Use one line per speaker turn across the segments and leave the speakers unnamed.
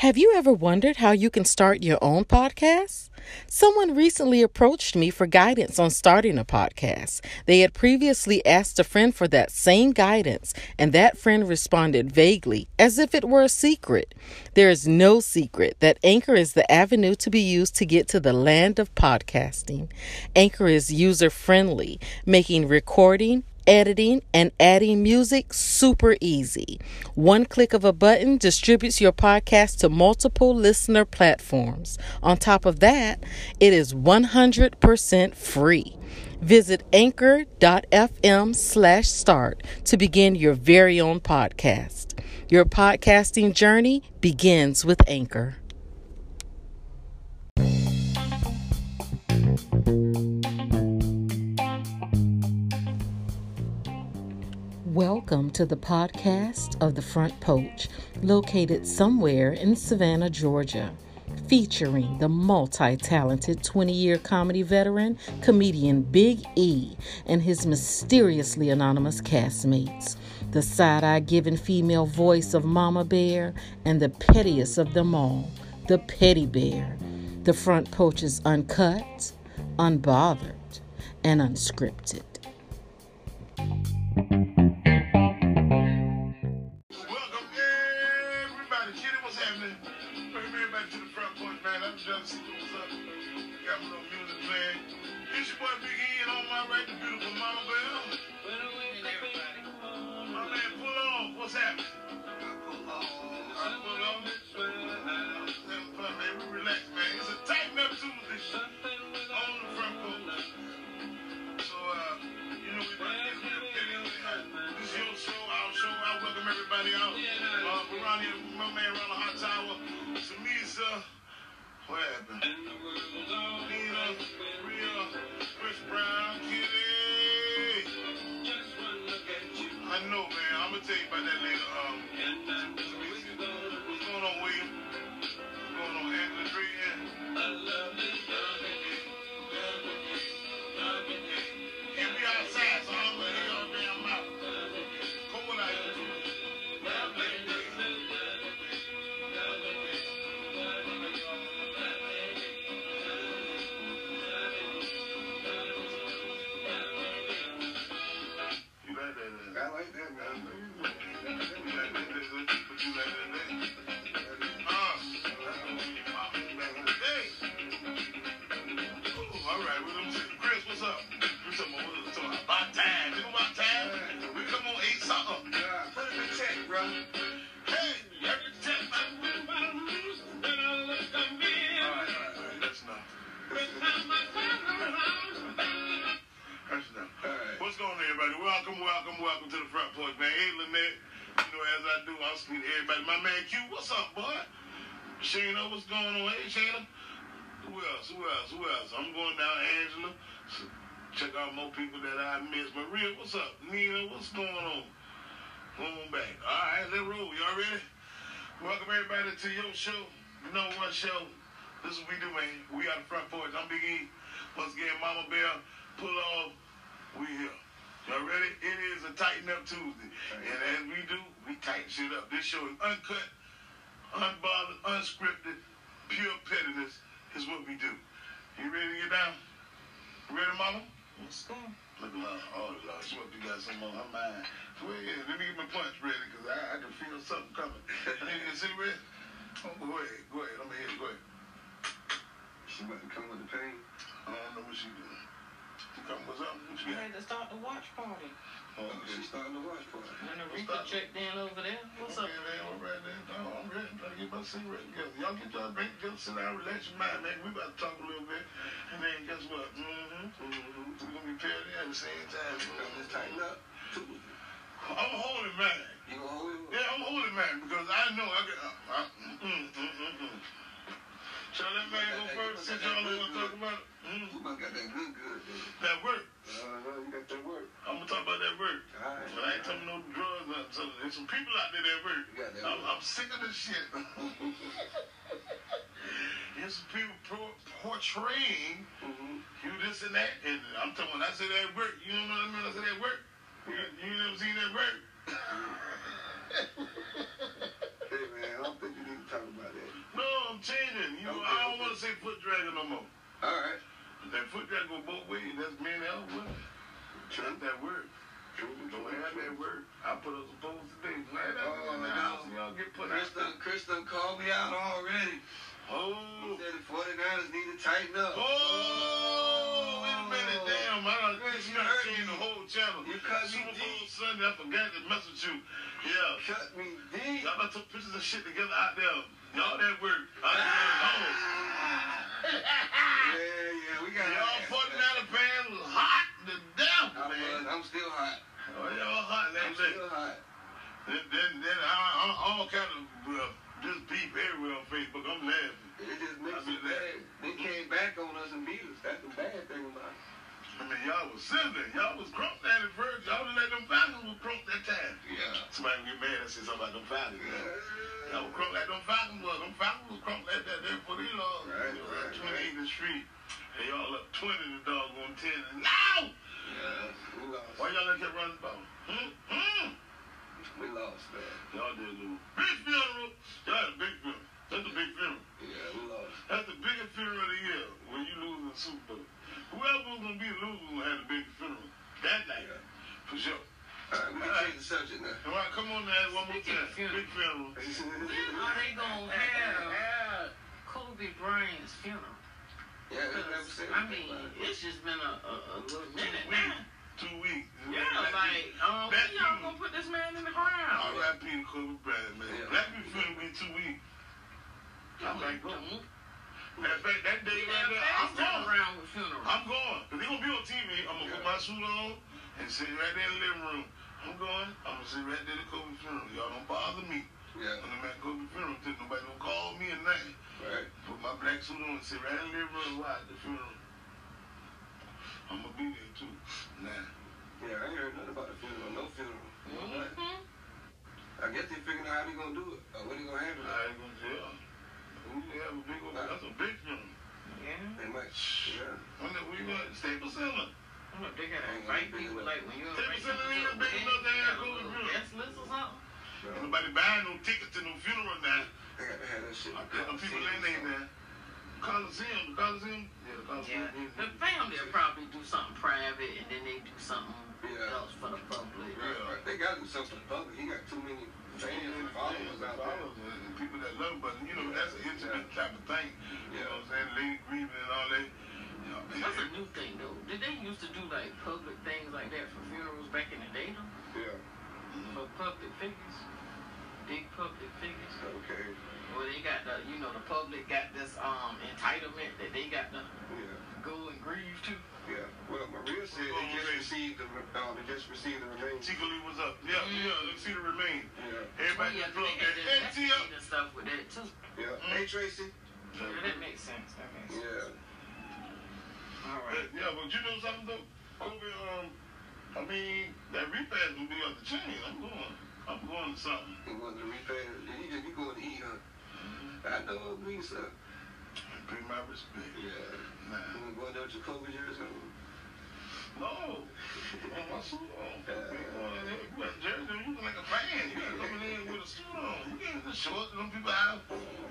Have you ever wondered how you can start your own podcast? Someone recently approached me for guidance on starting a podcast. They had previously asked a friend for that same guidance, and that friend responded vaguely, as if it were a secret. There is no secret that Anchor is the avenue to be used to get to the land of podcasting. Anchor is user friendly, making recording, editing, and adding music super easy. One click of a button distributes your podcast to multiple listener platforms. On top of that, it is 100% free. Visit anchor.fm slash start to begin your very own podcast. Your podcasting journey begins with Anchor. Welcome to the podcast of The Front Porch, located somewhere in Savannah, Georgia, featuring the multi talented 20 year comedy veteran, comedian Big E, and his mysteriously anonymous castmates, the side eye given female voice of Mama Bear, and the pettiest of them all, the Petty Bear. The Front Porch is uncut, unbothered, and unscripted.
Welcome everybody. Kitty, what's happening? Welcome everybody to the front porch, man. I'm just what's up. Got a little music playing. It's your boy Big E, and on my right, the beautiful Mama Bell. My man, pull off. What's happening? I pull off. Having fun, man. We relax, man. It's a tighten up Tuesday on the front porch. So, uh, you know, we about to get real petty. This is your show, our show. I welcome everybody out. Uh, Ronnie, my man, Ronald Hot Tower, Samisa, what happened? Nina, Rhea, Chris Brown, Kitty. I know, man. I'm gonna tell you about that later. Um, what's going on, William? What's going on, Angela Dree? And we outside, so I'm gonna hear your damn mouth. Cold out here. You like that? uh, I like that, man. You like that, you like that, you like that, you like that, you like that. Uh, hey. Ooh, all right, well, let me see. Chris, what's up? We talking about- we talking about about time. You know about time? We come on eight something. Put it in the chat, bro. Hey, every time I win my lose, then I look up in. All right, all right, all right, that's enough. That's enough. What's going on, everybody? Welcome, welcome, welcome to the front porch, man. Hey, Lynette. You know, as I do, I'll speak to everybody. My man Q, what's up, boy? Shayna, what's going on? Hey, Shayna. Who else? Who else? Who else? I'm going down, Angela. S- Check out more people that I miss. Maria, what's up? Nina, what's going on? Come on back. All right, let's roll. Y'all ready? Welcome everybody to your show, the number one show. This is what we do, man. We out the front porch. I'm Big E. Once again, Mama Bell, pull off. We here. Y'all ready? It is a tighten up Tuesday, and as we do, we tighten shit up. This show is uncut, unbothered, unscripted, pure pettiness is what we do. You ready to get down? You ready, Mama? Look at my, oh Lord, she must be got something on her mind. Well, yeah, let me get my punch ready, because I, I can feel something coming. Nigga, you see, Red? Oh, go ahead, go ahead, I'm here, go ahead.
She about to come with the pain.
I don't know what she doing. She coming with something? What
We
she got?
had to start the watch party.
Oh,
Oh,
okay.
she's starting to watch for it.
When Aretha checked in over there, what's up?
Okay, man, all right, then. No, I'm ready. I'm trying to get my cigarette together. Y'all get y'all drink together, sit down, relax your mind, man. We about to talk a little bit. And then guess what? Mm-hmm. mm-hmm. We're going to be paired at the same time.
Let's tighten up. Tuesday.
I'm holding mine.
You gonna hold it?
Yeah, I'm holding man because I know I can. I, I, mm, mm, mm, mm. Shall that man go first since y'all don't want to talk about it? Mm.
You might got that good, good. baby.
That work.
Uh, no, you got that work.
I'm going to talk about that work.
All right.
But I ain't talking no drugs. Or something. There's some people out there that work.
You got that
I'm,
work.
I'm sick of this shit. There's some people pro- portraying
Mhm.
you this and that. And I'm talking when I say that work, you don't know what I mean? I say that work. You, you ain't never seen that work.
Hey, man, I don't think you need to talk about that.
changing. You,
Okay,
I don't
okay.
want to say foot dragon no more.
All right.
That foot dragon go both ways. That's man and woman. That's that word.
True, true,
Don't have that
true.
word. I put up some posts today. Man, that's
Oh,
in the
no.
house. Y'all get put out.
Kristen, Kristen called me out already. He
Oh.
said the 49ers need to tighten up.
Oh, wait a minute, damn. I done
Chris,
just
you
got
hurt
changed
me.
the whole channel.
You cut me
Super Bowl
deep.
Sunday, I forgot to message you. Yeah.
Cut me deep.
Y'all done took pictures of shit together out there. Y'all that work. I done
Ah.
went home.
Yeah, yeah, we got
Y'all putting out a band was hot to death,
I'm,
man.
uh, I'm still hot.
Oh, y'all hot
I'm
that day.
still hot.
Then, then, then I, I, all kind of uh, just beef everywhere on Facebook. I'm laughing.
It just makes it bad. They came back on us and beat us. That's the bad thing about it.
I mean, y'all was sibling. Y'all was crunk at it first. Y'all didn't let them Falcons was crunk that time.
Yeah.
Somebody get mad and say something about them Falcons. man. Y'all was crunk like them Falcons was. Them Falcons was crunk like that. They put it on.
Right,
They was
right,
up 28 in the street. And y'all up 20 to doggone 10. Now!
Yeah. We lost.
Why y'all let that run the ball? Hmm? Hmm?
We lost, man.
Y'all did a little big funeral. Y'all had a big funeral. That's a big funeral.
Yeah, we lost.
That's the biggest funeral of the year when you lose in the Super Bowl. Whoever was gonna be the loser was gonna have the biggest funeral that night,
Yeah.
for sure.
All right, we can change the subject now.
All right, come on now, one more
Speaking
time.
of funeral.
Big funeral.
How they gonna have Kobe Bryant's funeral?
yeah, we never
Because,
said
I
anything
mean,
about it.
it's just been a, a, a little
Two
minute
weeks.
now.
Two weeks.
Yeah, like, um,
That
when y'all
dude.
gonna put this man in the ground?
R.I.P. to Kobe Bryant, man.
Yeah.
Black people funeral be two weeks. I'm like,
Don't
that, that, that day
You
right
gotta
there, I'm
fast
gone.
around with funerals.
I'm going. If they gonna be on TV, I'm gonna put my suit on and sit right there in the living room. I'm going. I'm gonna sit right there at Kobe funeral. Y'all don't bother me.
Yeah,
I'm at Kobe funeral. Till nobody don't call me or nothing.
right.
Put my black suit on and sit right in the living room and watch the funeral. I'm gonna be there too. Nah.
Yeah, I ain't heard nothing about the funeral. No funeral.
Mhm.
I guess they figuring out how they gonna do it. Or what they gonna handle it.
I ain't gonna jail. We have a big old, that's a big funeral.
Yeah.
They might. Yeah.
When the, we went to Staples Center.
Look, They gotta invite people like when you
They
invite
said
people
they
to a
ain't big
wedding,
enough to have
you got a
Kobe
little
funeral.
guest list or something.
Ain't
Bro,
nobody buying no tickets to no funeral now.
they got to have that shit.
I got no people in there now. Coliseum, the Coliseum. Yeah, the
Yeah,
Coliseum.
the family will probably do something private and then they do something
Yeah.
else for the public.
Right, right. They got to do something public. He got too many fans and followers out there.
And people that love, but you know, that's an intimate type of thing. You know what I'm saying? Lady grieving and all that. You know,
That's a new thing though. Did they used to do like public things like that for funerals back in the day though?
Yeah.
For public figures? Big public figures?
Okay.
Well they got the you know, the public got this um entitlement that they got to
Yeah.
go and grieve to.
Yeah. Well, Maria said they just received the re- uh, they just received the remains.
Chico Lee was up. Yeah, yeah, let's see the remain.
Yeah.
Everybody
Oh, yeah,
just
'cause
plugged
they got
that.
that
NT up.
investigative stuff with that too.
Yeah. Hey Tracy.
Yeah, that makes sense. That makes sense.
Yeah.
All right.
But, Yeah, but you know something though? Kobe, um, I mean, that repass will be off the chain. I'm going. I'm going to something.
He wanted to repair. it. He just be going to eat, huh? I know it means something.
Pay my respect.
Yeah.
Nah.
You going there to Jacoby jersey? on?
No. On my suit on. You got jersey, you look like a fan. You gotta come in with a suit on. You can't just show up to them people house.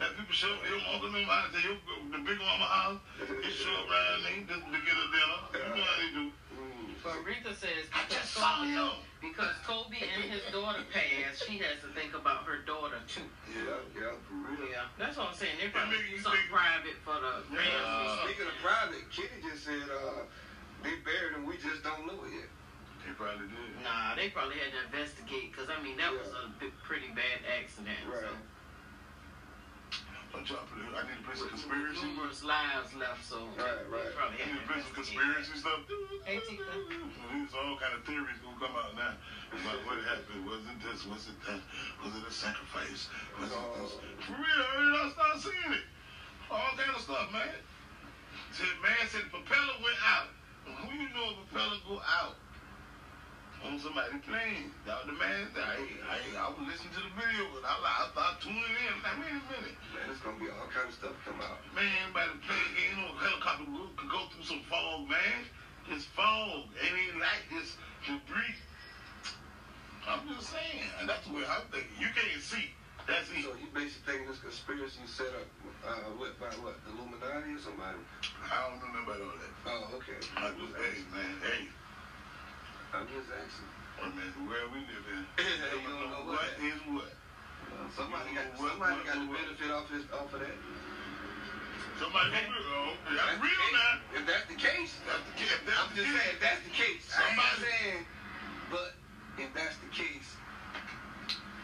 Have people show up to your uncle them house, to your, the big mama house. They show up around they just to get a dinner. You know how they do.
Mm.
But Aretha says
I just saw him.
because Kobe and his daughter passed, she has to think about her daughter too.
Yeah, yeah, for real.
Yeah, that's what I'm saying. They probably
make
do
you
something
think-
private for the
Yeah.
family.
Speaking of private, Kitty just said uh, they buried him. We just don't know it yet.
They probably did.
Nah, they probably had to investigate because I mean that was a big, pretty bad accident. So
Right.
I'm trying to, I need to play some
with
conspiracy.
numerous lives left, so
Right, right.
they probably
Any
had to
business conspiracy
investigate.
stuff?
Hey, Tika.
There's all kind of theories gonna come out now about what happened. Was it this? Was it that? Was it a sacrifice? Was it this? For real, I mean, I start seeing it. All kind of stuff, man. Said man said the propeller went out. Well, Who you know a propeller go out? On somebody plane. Now the man, I, I, I was listening to the video, but I, I started tuning in. I'm like, wait a minute.
Man, it's gonna be all kind of stuff come out.
Man, by the plane, ain't no helicopter go- could go through some fog, man. It's fog. It ain't like this debris. I'm just saying. And that's the way I'm thinking. You can't see. That's it.
So you basically thinking this conspiracy Christian set up, uh, what, by what, Illuminati or somebody?
I don't know nothing about all that.
Oh, okay.
I just, hey, man, hey,
I'm just asking.
I mean, where we live in.
You don't know what.
What is what?
Uh, somebody got, somebody got to benefit off, his, off of that.
Somebody gonna be wrong. That's real now.
If that's the case,
That's the case. If that's
I'm
the
just
case.
saying, if that's the case,
Somebody-
somebody saying, but if that's the case,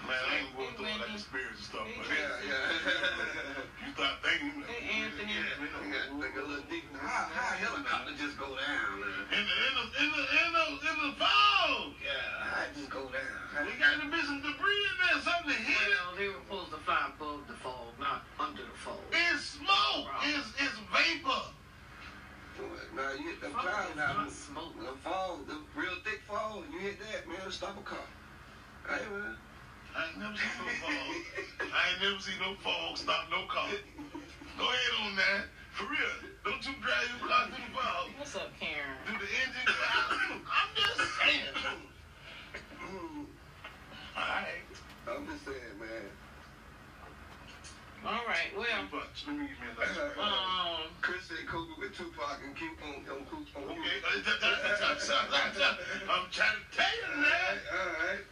Man, I ain't going through all that experience stuff. But
yeah, yeah.
You start thinking.
Hey, Anthony.
You gotta think a little deep. How, how a helicopter just go down? man?
In the, in the, in the, in the, in the fog.
Yeah, how it just go down? How
We
it-
got to be some debris in there, something to hit it.
Well, they were supposed to fly above the fold, not under the fold.
It's smoke. It's, it's vapor.
Now you hit them
Fuck,
clouds
it's
now.
not smoke.
The fall, the real thick fall, you hit that, man, it'll stop a car. Hey, man.
I ain't never seen no fog. I ain't never seen no fog stop no car. Go ahead on that. For real. Don't you drive your car through the fog.
What's up, Karen?
Do the engine go out? I'm just saying.
Mm,
All right.
I'm just saying, man.
All right, well,
Too much. Let me give me another. one.
um,
Chris said Cougar with Tupac and Q on on Coop on
Okay,
Q.
uh, that- that- that- that's- that's- that's- I'm trying to tell you that.
Alright,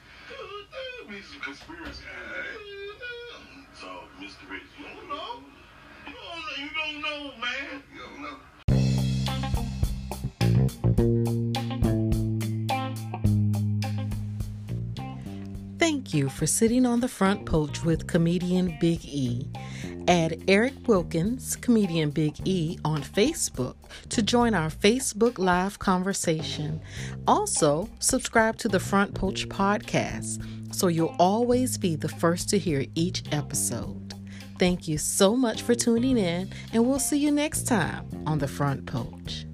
Me some conspiracy. So, Mr. Rich, you don't know. You don't know, you don't know man.
you don't know.
Thank you for sitting on the front porch with comedian Big E. Add Eric Wilkins, comedian Big E, on Facebook to join our Facebook Live conversation. Also, subscribe to the Front Porch Podcast so you'll always be the first to hear each episode. Thank you so much for tuning in, and we'll see you next time on the Front Porch.